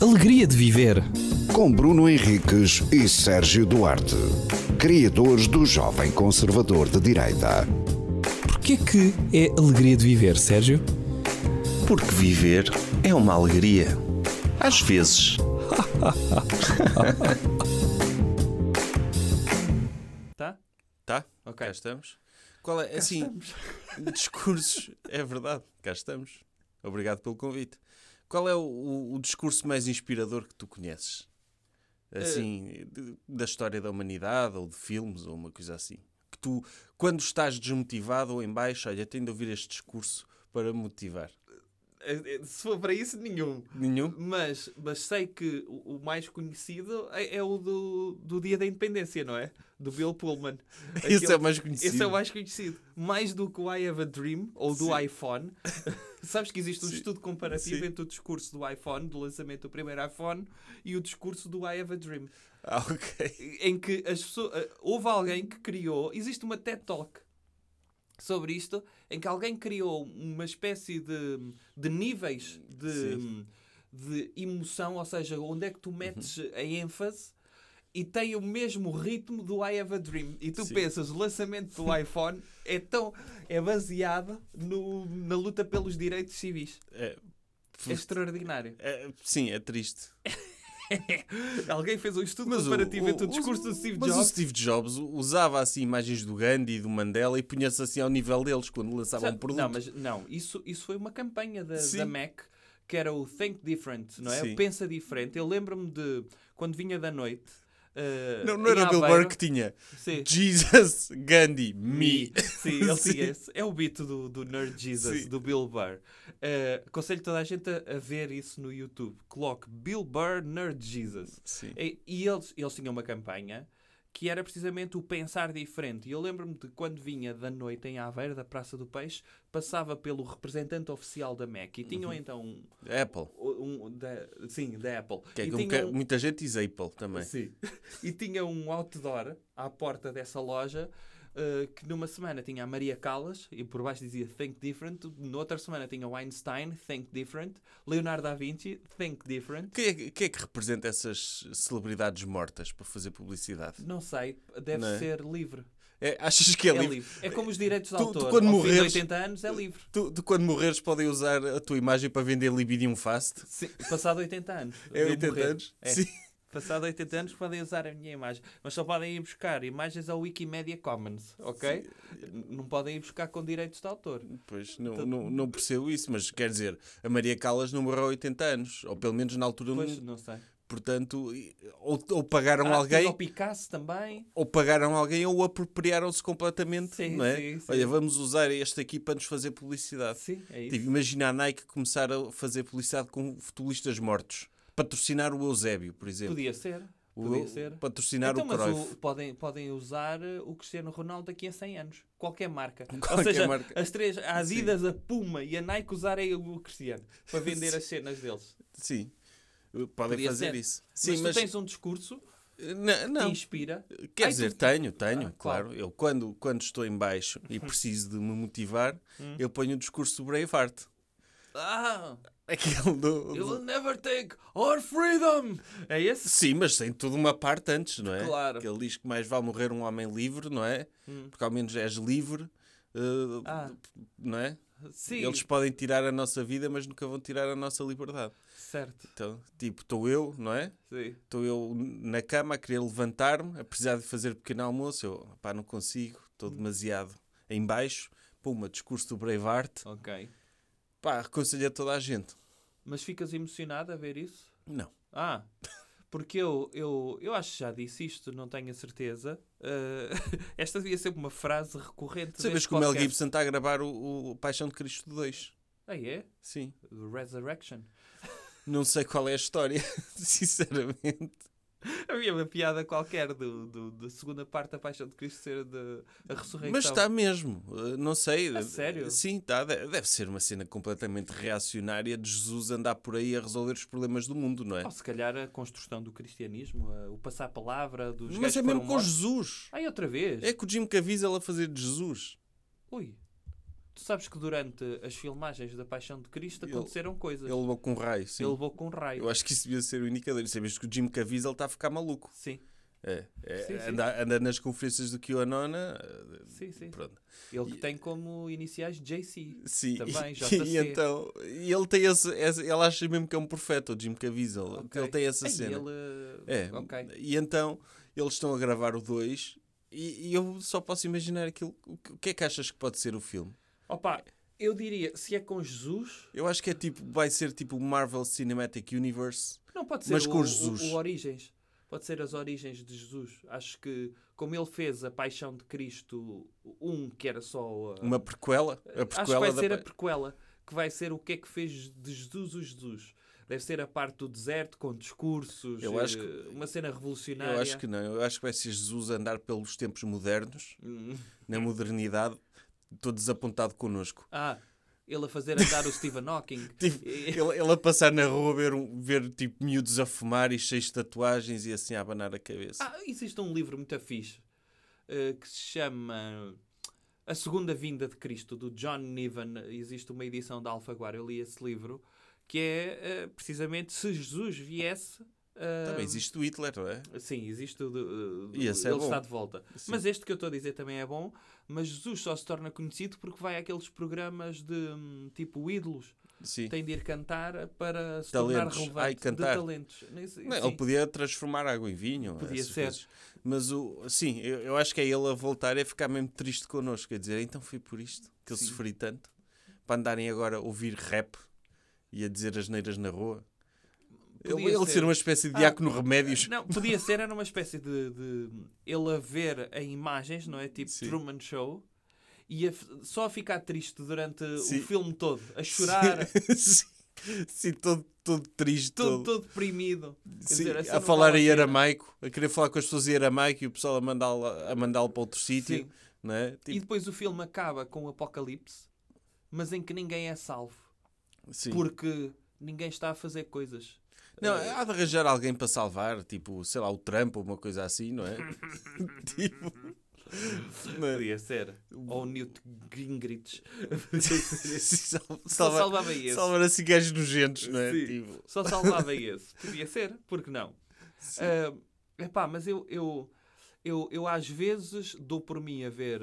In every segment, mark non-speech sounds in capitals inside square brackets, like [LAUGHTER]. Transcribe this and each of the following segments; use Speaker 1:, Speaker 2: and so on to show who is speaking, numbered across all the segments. Speaker 1: alegria de viver.
Speaker 2: Com Bruno Henriques e Sérgio Duarte, criadores do Jovem Conservador de Direita.
Speaker 1: Porquê que é alegria de viver, Sérgio?
Speaker 3: Porque viver é uma alegria. Às vezes.
Speaker 4: [LAUGHS] Tá?
Speaker 3: Tá?
Speaker 4: Ok.
Speaker 3: Cá estamos. Qual é? assim, [LAUGHS] discursos. É verdade, cá estamos. Obrigado pelo convite. Qual é o, o- o discurso mais inspirador que tu conheces? Assim, de- da história da humanidade ou de filmes ou uma coisa assim. Que tu, quando estás desmotivado ou em baixo, olha, tenho de ouvir este discurso para me motivar.
Speaker 4: Eh, eh, Se for para isso, nenhum.
Speaker 3: Nenhum?
Speaker 4: Mas, mas sei que o, o mais conhecido é, é o do, do Dia da Independência, não é? Do Bill Pullman.
Speaker 3: [LAUGHS] Esse
Speaker 4: Aquele-
Speaker 3: é o mais conhecido.
Speaker 4: Esse é o mais conhecido. Mais do que o I Have a Dream ou do iPhone. [LAUGHS] Sabes que existe um estudo comparativo
Speaker 3: Sim.
Speaker 4: entre o discurso do iPhone, do lançamento do primeiro iPhone, e o discurso do I Have a Dream.
Speaker 3: Ah, ok.
Speaker 4: em que as pessoas, eh, houve alguém que criou, existe uma TED Talk sobre isto, em que alguém criou uma espécie de, de níveis de, de emoção, ou seja, onde é que tu metes
Speaker 3: Uhum.
Speaker 4: a ênfase e tem o mesmo ritmo do I Have a Dream. E tu
Speaker 3: Sim.
Speaker 4: pensas, o
Speaker 3: [LAUGHS]
Speaker 4: lançamento do iPhone é tão é baseado no- na luta pelos direitos civis.
Speaker 3: É, [LAUGHS]
Speaker 4: É extraordinário.
Speaker 3: é, sim, é triste.
Speaker 4: Alguém fez um estudo
Speaker 3: Mas o-
Speaker 4: comparativo
Speaker 3: o-
Speaker 4: entre o
Speaker 3: o-
Speaker 4: discurso do Steve
Speaker 3: mas o
Speaker 4: Jobs
Speaker 3: Steve Jobs usava assim imagens do Gandhi e do Mandela e punha-se assim ao nível deles quando lançava
Speaker 4: Sabe-
Speaker 3: um produto.
Speaker 4: Não, mas não, isso, isso foi uma campanha da,
Speaker 3: Sim.
Speaker 4: da Mac que era o Think Different, não é?
Speaker 3: Sim.
Speaker 4: Pensa diferente. Eu lembro-me de quando vinha da noite. eh,
Speaker 3: Não- não
Speaker 4: em
Speaker 3: era o Bill
Speaker 4: Aveiro.
Speaker 3: Burr que tinha
Speaker 4: Sim.
Speaker 3: Jesus, Gandhi, me.
Speaker 4: Sim,
Speaker 3: [LAUGHS]
Speaker 4: ele
Speaker 3: Sim.
Speaker 4: tinha esse. É o beat do, do Nerd Jesus,
Speaker 3: Sim.
Speaker 4: do Bill Burr. Eh, aconselho toda a gente a, a ver isso no YouTube. Coloque Bill Burr Nerd Jesus.
Speaker 3: Sim.
Speaker 4: E, e eles, eles tinham uma campanha que era precisamente o pensar diferente. E eu lembro-me de quando vinha da noite em Aveiro, da Praça do Peixe, passava pelo representante oficial da Mac e
Speaker 3: Uhum.
Speaker 4: tinham então um,
Speaker 3: Apple.
Speaker 4: um- da, sim, da Apple.
Speaker 3: Que é
Speaker 4: e
Speaker 3: que um
Speaker 4: tinham
Speaker 3: ca-
Speaker 4: um-
Speaker 3: Muita gente diz Apple também.
Speaker 4: Sim. E tinha um outdoor à porta dessa loja uh, que numa semana tinha a Maria Callas e por baixo dizia Think Different, noutra semana tinha o Einstein, Think Different, Leonardo da Vinci, Think Different.
Speaker 3: Quem é, que- quem é que representa essas celebridades mortas para fazer publicidade?
Speaker 4: Não sei, deve
Speaker 3: Não é?
Speaker 4: ser livre.
Speaker 3: É, achas que é,
Speaker 4: É livre.
Speaker 3: livre?
Speaker 4: É como os direitos de
Speaker 3: Tu- tu
Speaker 4: autor.
Speaker 3: quando
Speaker 4: Ao fim
Speaker 3: morreres-
Speaker 4: de 80 anos é livre.
Speaker 3: Tu, tu quando morreres podem usar a tua imagem para vender Libidium Fast?
Speaker 4: Sim, passado 80 anos. de
Speaker 3: É
Speaker 4: eu
Speaker 3: 80
Speaker 4: morrer.
Speaker 3: anos?
Speaker 4: É.
Speaker 3: Sim.
Speaker 4: Passado 80 anos podem usar a minha imagem. Mas só podem ir buscar imagens ao Wikimedia Commons, ok? N- Não podem ir buscar com direitos de autor.
Speaker 3: Pois, não,
Speaker 4: Então-
Speaker 3: não, não percebo isso, mas quer dizer, a Maria Callas não morreu há 80 anos, ou pelo menos na altura,
Speaker 4: Pois,
Speaker 3: não,
Speaker 4: não sei.
Speaker 3: portanto, e- ou, ou pagaram
Speaker 4: Ah, tens
Speaker 3: alguém,
Speaker 4: ao Picasso também.
Speaker 3: ou pagaram alguém, ou apropriaram-se completamente,
Speaker 4: Sim,
Speaker 3: não é?
Speaker 4: sim, sim.
Speaker 3: Olha, vamos usar este aqui para nos fazer publicidade.
Speaker 4: Sim, é
Speaker 3: Tipo,
Speaker 4: isso.
Speaker 3: imagina a Nike começar a fazer publicidade com futebolistas mortos. Patrocinar o Eusébio, por exemplo.
Speaker 4: Podia ser.
Speaker 3: O-
Speaker 4: Podia ser.
Speaker 3: Patrocinar
Speaker 4: então,
Speaker 3: o
Speaker 4: mas
Speaker 3: Cruyff.
Speaker 4: o- podem, podem usar uh, o Cristiano Ronaldo daqui a 100 anos.
Speaker 3: [LAUGHS]
Speaker 4: Qualquer marca. Ou
Speaker 3: Qualquer
Speaker 4: seja,
Speaker 3: marca.
Speaker 4: as três, a Adidas, a Puma e a Nike usarem o Cristiano para vender as cenas deles.
Speaker 3: Sim. Podem
Speaker 4: Podia
Speaker 3: fazer
Speaker 4: ser.
Speaker 3: isso. Sim,
Speaker 4: mas,
Speaker 3: mas.
Speaker 4: tu tens um discurso
Speaker 3: Não,
Speaker 4: que
Speaker 3: não.
Speaker 4: inspira.
Speaker 3: Quer
Speaker 4: Ai, tu-
Speaker 3: dizer, tenho, tenho,
Speaker 4: Ah, claro. Hum.
Speaker 3: claro. Eu quando, quando estou em baixo e preciso de me motivar, eu ponho o discurso do Braveheart.
Speaker 4: Ah,
Speaker 3: [LAUGHS] Aquele do...
Speaker 4: you
Speaker 3: do-
Speaker 4: will never take our freedom! É esse?
Speaker 3: Sim, mas tem tudo uma parte antes, não é?
Speaker 4: Claro. Hum.
Speaker 3: Que ele diz que mais vale morrer um homem livre, não é? Porque ao menos és livre, eh,
Speaker 4: Ah.
Speaker 3: não é?
Speaker 4: Sim,
Speaker 3: Eles podem tirar a nossa vida, mas nunca vão tirar a nossa liberdade.
Speaker 4: certo.
Speaker 3: Então, tipo, estou eu, não é?
Speaker 4: Sim.
Speaker 3: Estou eu na cama a querer levantar-me, apesar de fazer pequeno almoço, eu, pá, não consigo, estou demasiado em baixo. Puma, discurso do Braveheart.
Speaker 4: Ok.
Speaker 3: Pá, aconselho a toda a gente.
Speaker 4: Mas ficas emocionado a ver isso?
Speaker 3: Não.
Speaker 4: Ah, porque eu, eu, eu acho que já disse isto, não tenho a certeza. Ah, [LAUGHS] esta devia ser uma frase recorrente.
Speaker 3: Sabes
Speaker 4: deste
Speaker 3: que o Mel
Speaker 4: podcast.
Speaker 3: Gibson está a gravar o, o Paixão de Cristo 2?
Speaker 4: Ah, é?
Speaker 3: Sim.
Speaker 4: Resurrection.
Speaker 3: Não sei qual é a história, [LAUGHS] sinceramente.
Speaker 4: Havia uma piada qualquer do, do- da segunda parte da Paixão de Cristo ser da a ressurreição.
Speaker 3: Mas está mesmo, eh, não sei.
Speaker 4: então. A sério?
Speaker 3: Sim, está. De- Deve ser uma cena completamente reacionária de Jesus andar por aí a resolver os problemas do mundo, não é?
Speaker 4: Ou se calhar a construção do cristianismo, a- o passar a palavra dos
Speaker 3: Mas
Speaker 4: gajos
Speaker 3: é
Speaker 4: que foram
Speaker 3: mesmo com É.
Speaker 4: mortos.
Speaker 3: Jesus.
Speaker 4: Ai, outra vez?
Speaker 3: É com o Jim Caviezel a fazer de Jesus.
Speaker 4: Ui. Tu sabes que durante as filmagens da Paixão de Cristo
Speaker 3: Ele-
Speaker 4: aconteceram coisas.
Speaker 3: Ele levou com um raio, sim.
Speaker 4: Ele levou com um raio.
Speaker 3: Eu acho que isso devia ser o indicador. Sabes que o Jim Caviezel está a ficar maluco.
Speaker 4: Sim,
Speaker 3: É, é,
Speaker 4: Sim, sim.
Speaker 3: Anda, anda nas conferências do QAnon. eh,
Speaker 4: sim, sim.
Speaker 3: Pronto.
Speaker 4: Ele que tem como iniciais JC.
Speaker 3: Sim, [LAUGHS]
Speaker 4: Também,
Speaker 3: e,
Speaker 4: JC.
Speaker 3: e então, e ele tem esse, esse- ele acha mesmo que é um profeta, o Jim Caviezel.
Speaker 4: Ok.
Speaker 3: Ele tem essa
Speaker 4: Ei,
Speaker 3: cena.
Speaker 4: Ele...
Speaker 3: É,
Speaker 4: Ok.
Speaker 3: e então eles estão a gravar o 2 e, e eu só posso imaginar aquilo. O que, o que é que achas que pode ser o filme?
Speaker 4: Opa, eu diria, se é com Jesus,
Speaker 3: Eu acho que é tipo, vai ser tipo o Marvel Cinematic Universe.
Speaker 4: não pode ser
Speaker 3: Mas
Speaker 4: o,
Speaker 3: com
Speaker 4: o-
Speaker 3: Jesus.
Speaker 4: o Origens. Pode ser as origens de Jesus. Acho que, como ele fez a Paixão de Cristo um que era só... a-
Speaker 3: Uma prequela? A
Speaker 4: Ah. Acho que
Speaker 3: prequela
Speaker 4: vai ser
Speaker 3: da...
Speaker 4: a prequela, que vai ser o que é que fez de Jesus o Jesus. Deve ser a parte do deserto, com discursos,
Speaker 3: Eu acho
Speaker 4: eh,
Speaker 3: que-
Speaker 4: uma cena revolucionária.
Speaker 3: Eu acho que não. Eu acho que vai ser Jesus a andar pelos tempos
Speaker 4: [LAUGHS]
Speaker 3: modernos,
Speaker 4: Hum.
Speaker 3: na modernidade, todo desapontado connosco.
Speaker 4: Ah, ele a fazer andar o Stephen Hawking.
Speaker 3: [LAUGHS] Tipo,
Speaker 4: [LAUGHS]
Speaker 3: ele, ele a passar na rua, ver, um- ver tipo miúdos a fumar e cheios de tatuagens e assim a abanar a cabeça.
Speaker 4: Ah, existe um livro muito fixe eh, que se chama A Segunda Vinda de Cristo, do John Niven. Existe uma edição da Alfaguara, eu li esse livro, que é eh, precisamente se Jesus viesse. eh,
Speaker 3: Também existe o Hitler, não é?
Speaker 4: Sim, existe o do, do-
Speaker 3: E esse é
Speaker 4: ele
Speaker 3: bom.
Speaker 4: está de volta.
Speaker 3: Sim.
Speaker 4: Mas este que eu estou a dizer também é bom, mas Jesus só se torna conhecido porque vai àqueles programas de hum, tipo ídolos.
Speaker 3: Sim.
Speaker 4: Tem de ir cantar para se
Speaker 3: Talentos.
Speaker 4: tornar relevante
Speaker 3: Ai, cantar.
Speaker 4: de talentos. Nem sei-
Speaker 3: Não,
Speaker 4: sim.
Speaker 3: ele podia transformar água em vinho.
Speaker 4: Podia
Speaker 3: essas
Speaker 4: ser.
Speaker 3: coisas. Mas o, sim, eu, eu acho que é ele a voltar e a ficar mesmo triste connosco. Quer dizer, então foi por isto que eu sofri tanto. Para andarem agora a ouvir rap e a dizer as neiras na rua. Ele,
Speaker 4: Podia
Speaker 3: ele
Speaker 4: ser. Ah,
Speaker 3: ser uma espécie de diácono remédios.
Speaker 4: Não, podia ser, era uma espécie de, de ele a ver em imagens, não é? Tipo
Speaker 3: Sim.
Speaker 4: Truman Show. E a f- só a ficar triste durante
Speaker 3: Sim.
Speaker 4: o filme todo, a chorar,
Speaker 3: [LAUGHS] sim, sim, todo, todo triste. Todo,
Speaker 4: todo, todo deprimido. Quer
Speaker 3: sim,
Speaker 4: dizer, essa
Speaker 3: a
Speaker 4: não
Speaker 3: falar
Speaker 4: vale
Speaker 3: em
Speaker 4: pena.
Speaker 3: aramaico, a querer falar com as pessoas em aramaico e o pessoal a mandá-lo a mandá para outro sítio.
Speaker 4: Sim.
Speaker 3: Não é?
Speaker 4: E
Speaker 3: Tipo,
Speaker 4: depois o filme acaba com o apocalipse, mas em que ninguém é salvo.
Speaker 3: sim.
Speaker 4: Porque ninguém está a fazer coisas.
Speaker 3: Não, há de arranjar alguém para salvar, tipo, sei lá, o Trump ou uma coisa assim,
Speaker 4: [LAUGHS]
Speaker 3: não é? tipo. não é?
Speaker 4: Podia ser. Ou o Newt
Speaker 3: [LAUGHS]
Speaker 4: Gingrich.
Speaker 3: Sal-
Speaker 4: Só
Speaker 3: salvar,
Speaker 4: salvava esse.
Speaker 3: salvar assim gajos nojentos, não é?
Speaker 4: Sim.
Speaker 3: Tipo,
Speaker 4: Só salvava esse. Podia ser, porque não? é epá, mas eu, eu, eu, eu às vezes dou por mim a ver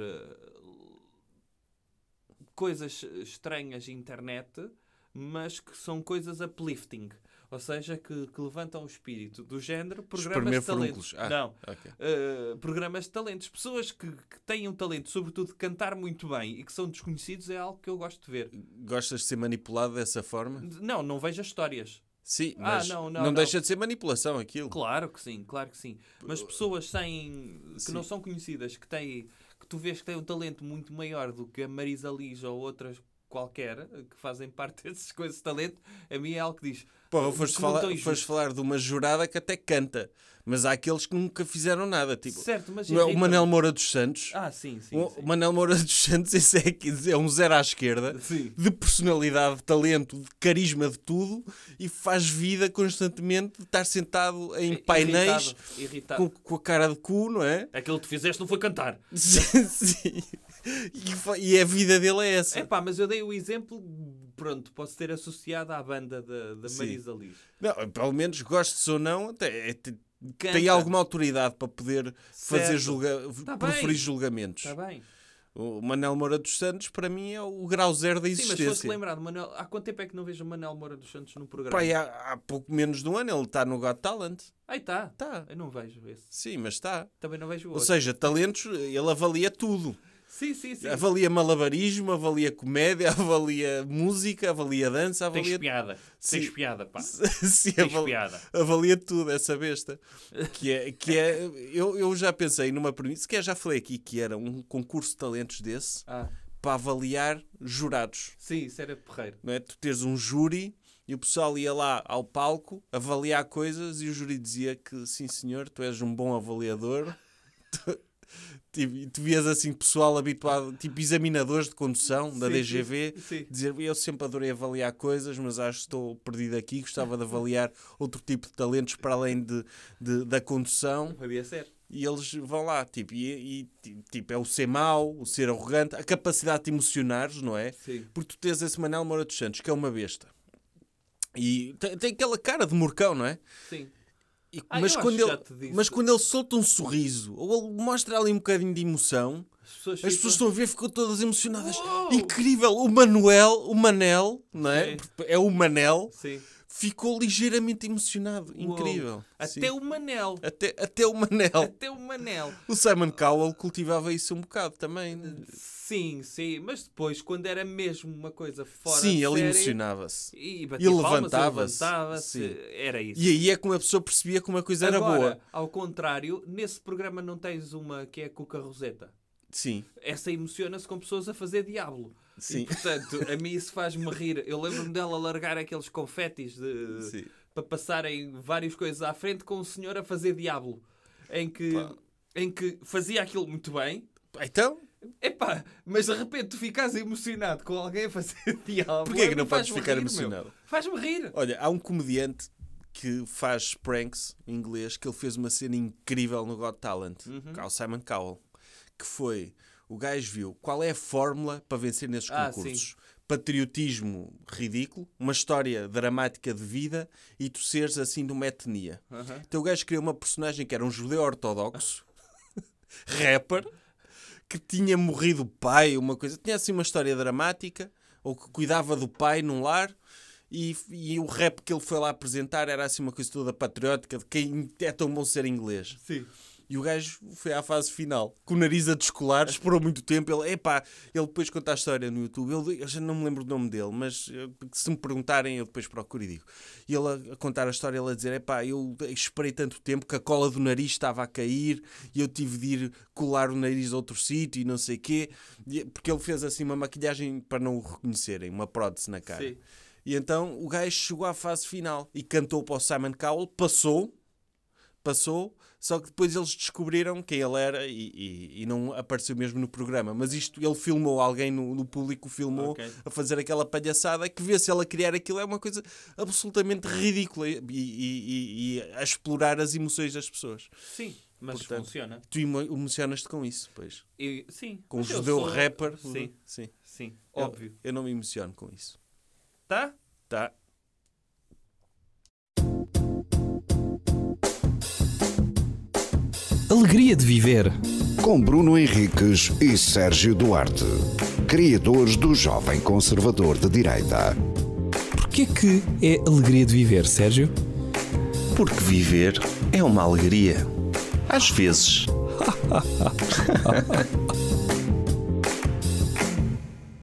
Speaker 4: eh, coisas estranhas na internet, mas que são coisas uplifting. Ou seja, que, que levantam o espírito do género, programas
Speaker 3: espremer
Speaker 4: de talentos.
Speaker 3: furúnculos. Ah,
Speaker 4: Não.
Speaker 3: ok.
Speaker 4: eh, programas de talentos. Pessoas que, que têm um talento, sobretudo de cantar muito bem e que são desconhecidos, é algo que eu gosto de
Speaker 3: Uhum.
Speaker 4: ver.
Speaker 3: Gostas de ser manipulado dessa forma?
Speaker 4: Não, não vejo as histórias.
Speaker 3: Sim,
Speaker 4: Ah,
Speaker 3: mas
Speaker 4: não,
Speaker 3: não,
Speaker 4: não, não.
Speaker 3: deixa de ser manipulação aquilo.
Speaker 4: Claro que sim, claro que sim. Mas pessoas sem, que não são conhecidas, que têm, que tu vês que têm um talento muito maior do que a Marisa Liz ou outras qualquer eh, que fazem parte [LAUGHS] desses coisas de talento, a mim é algo que diz.
Speaker 3: Porra, foste
Speaker 4: que não
Speaker 3: falar,
Speaker 4: tão
Speaker 3: foste
Speaker 4: injusto.
Speaker 3: falar de uma jurada que até canta, mas há aqueles que nunca fizeram nada. Tipo,
Speaker 4: Certo, mas
Speaker 3: não é o
Speaker 4: irrita-me.
Speaker 3: Manel Moura dos Santos.
Speaker 4: Ah, sim, sim.
Speaker 3: o
Speaker 4: sim.
Speaker 3: Manel Moura dos Santos, [LAUGHS] esse é, que- é um zero à esquerda.
Speaker 4: Sim.
Speaker 3: de personalidade, de talento, de carisma, de tudo e faz vida constantemente de estar sentado
Speaker 4: É
Speaker 3: em painéis
Speaker 4: Irritado, irritado.
Speaker 3: com, com a cara de cu, não
Speaker 4: [LAUGHS]
Speaker 3: é?
Speaker 4: Aquilo que fizeste não foi cantar.
Speaker 3: Sim, sim. E, fa- e a vida dele é essa.
Speaker 4: É pá, mas eu dei o exemplo, pronto, posso ter associado à banda da, da
Speaker 3: Sim.
Speaker 4: Marisa Liz.
Speaker 3: Não, pelo menos gostes ou não, até- é- te-
Speaker 4: Canta.
Speaker 3: tem alguma autoridade para poder fazer
Speaker 4: Certo.
Speaker 3: julga
Speaker 4: Tá
Speaker 3: proferir
Speaker 4: bem.
Speaker 3: julgamentos.
Speaker 4: Está Tá bem.
Speaker 3: O Manel Moura dos Santos, para mim, é o grau zero da
Speaker 4: Sim, mas foste
Speaker 3: existência.
Speaker 4: lembrado, Manuel, há quanto tempo é que não vejo o Manel Moura dos Santos no programa?
Speaker 3: Para aí há, há pouco menos de um ano ele está no Got Talent.
Speaker 4: Aí está.
Speaker 3: Tá.
Speaker 4: Eu não vejo esse.
Speaker 3: Sim, mas está.
Speaker 4: Também não vejo o
Speaker 3: Ou
Speaker 4: outro.
Speaker 3: seja, talentos, ele avalia tudo.
Speaker 4: Sim, sim, sim.
Speaker 3: Avalia malabarismo, avalia comédia, [LAUGHS] avalia música, avalia dança,
Speaker 4: Tens
Speaker 3: avalia.
Speaker 4: piada.
Speaker 3: Sim.
Speaker 4: Tens piada, pá.
Speaker 3: [LAUGHS] Sim,
Speaker 4: Tens
Speaker 3: aval-
Speaker 4: piada.
Speaker 3: avalia tudo, essa besta. Que é, que é, eu, eu já pensei numa premissa, que é, já falei aqui que era um concurso de talentos desse
Speaker 4: Ah,
Speaker 3: para avaliar jurados.
Speaker 4: sim, isso era Ferreiro.
Speaker 3: Não é? Tu teres um júri e o pessoal ia lá ao palco avaliar coisas e o júri dizia que sim senhor, tu és um bom avaliador. [LAUGHS] Tu- Tipo, e tu vias assim pessoal habituado, tipo examinadores de condução da
Speaker 4: Sim,
Speaker 3: DGV,
Speaker 4: sim, sim.
Speaker 3: dizer eu sempre adorei avaliar coisas, mas acho que estou perdido aqui, gostava de avaliar outro tipo de talentos para além de, de- da condução.
Speaker 4: Podia ser.
Speaker 3: E eles vão lá, tipo, e, e, tipo, é o ser mau, o ser arrogante, a capacidade de emocionares, não é?
Speaker 4: Sim.
Speaker 3: Porque tu tens esse Manel Moura dos Santos, que é uma besta. E tem, tem aquela cara de morcão, não é?
Speaker 4: Sim.
Speaker 3: E-
Speaker 4: Ah,
Speaker 3: mas,
Speaker 4: eu
Speaker 3: quando
Speaker 4: acho que já te
Speaker 3: ele,
Speaker 4: disse.
Speaker 3: mas quando ele solta um sorriso, ou ele mostra ali um bocadinho de emoção,
Speaker 4: As pessoas,
Speaker 3: as
Speaker 4: ficam-
Speaker 3: pessoas estão a ver, ficam todas emocionadas.
Speaker 4: Uou!
Speaker 3: Incrível! O Manuel, o Manel, não é?
Speaker 4: Sim.
Speaker 3: Porque É o Manel,
Speaker 4: Sim.
Speaker 3: ficou ligeiramente emocionado.
Speaker 4: Uou.
Speaker 3: Incrível.
Speaker 4: Até
Speaker 3: Sim. É
Speaker 4: o Manel.
Speaker 3: até, até o Manel.
Speaker 4: Até o Manel.
Speaker 3: O Simon Cowell cultivava isso um bocado também.
Speaker 4: Sim, sim. Mas depois, quando era mesmo uma coisa fora
Speaker 3: Sim,
Speaker 4: de
Speaker 3: ele
Speaker 4: série,
Speaker 3: emocionava-se.
Speaker 4: E,
Speaker 3: E
Speaker 4: batia palmas, ele
Speaker 3: levantava-se.
Speaker 4: levantava-se.
Speaker 3: Sim.
Speaker 4: Era isso.
Speaker 3: E aí é que uma pessoa percebia que uma coisa era
Speaker 4: Agora,
Speaker 3: boa.
Speaker 4: ao contrário, nesse programa não tens uma que é a Cuca Roseta.
Speaker 3: Sim,
Speaker 4: Essa emociona-se com pessoas a fazer diabo.
Speaker 3: Sim.
Speaker 4: E, portanto, a mim isso faz-me rir. Eu lembro-me dela largar aqueles confetis de,
Speaker 3: Sim.
Speaker 4: para passarem várias coisas à frente com o senhor a fazer diabo. Em que,
Speaker 3: Pá.
Speaker 4: em que fazia aquilo muito bem,
Speaker 3: Então,
Speaker 4: Epá, mas de repente tu ficas emocionado com alguém a fazer [LAUGHS] diabo.
Speaker 3: Porquê é que não podes ficar
Speaker 4: rir,
Speaker 3: emocionado?
Speaker 4: meu. Faz-me rir.
Speaker 3: olha, há um comediante que faz pranks em inglês que ele fez uma cena incrível no Got Talent, que é o Simon Cowell, que foi o gajo viu qual é a fórmula para vencer nesses
Speaker 4: Ah,
Speaker 3: concursos. Patriotismo ridículo, uma história dramática de vida e tu seres assim de uma etnia. Então o gajo criou uma personagem que era um judeu ortodoxo, [LAUGHS] rapper, que tinha morrido o pai, uma coisa. Tinha assim uma história dramática, ou que cuidava do pai num lar. E, e o rap que ele foi lá apresentar era assim uma coisa toda patriótica, de quem é tão bom ser inglês.
Speaker 4: Sim.
Speaker 3: E o gajo foi à fase final, com o nariz a descolar, esperou muito tempo. Ele, epá, ele depois conta a história no YouTube. Ele, eu já não me lembro do nome dele, mas eh, se me perguntarem, eu depois procuro e digo. E ele a, a contar a história, ele a dizer: epá, eu esperei tanto tempo que a cola do nariz estava a cair e eu tive de ir colar o nariz a outro sítio e não sei quê. E- Porque ele fez assim uma maquilhagem para não o reconhecerem, uma prótese na cara.
Speaker 4: Sim.
Speaker 3: E então o gajo chegou à fase final e cantou para o Simon Cowell, passou passou, só que depois eles descobriram quem ele era e, e- e não apareceu mesmo no programa. Mas isto, ele filmou, alguém no, no público filmou
Speaker 4: Ok.
Speaker 3: a fazer aquela palhaçada que vê se ela criar aquilo é uma coisa absolutamente ridícula e, e- e- e a explorar as emoções das pessoas.
Speaker 4: Sim, mas
Speaker 3: Portanto,
Speaker 4: funciona.
Speaker 3: Tu emo- emocionas-te com isso, pois.
Speaker 4: E- sim.
Speaker 3: Com o
Speaker 4: Mas eu
Speaker 3: judeu
Speaker 4: sou-
Speaker 3: rapper. uhum.
Speaker 4: Sim,
Speaker 3: sim.
Speaker 4: sim.
Speaker 3: Eu-
Speaker 4: Óbvio.
Speaker 3: Eu, não me emociono com isso.
Speaker 4: Tá?
Speaker 3: Tá.
Speaker 1: Alegria de viver.
Speaker 2: Com Bruno Henriques e Sérgio Duarte, criadores do Jovem Conservador de Direita.
Speaker 1: Porquê que é alegria de viver, Sérgio?
Speaker 3: Porque viver é uma alegria. Às vezes.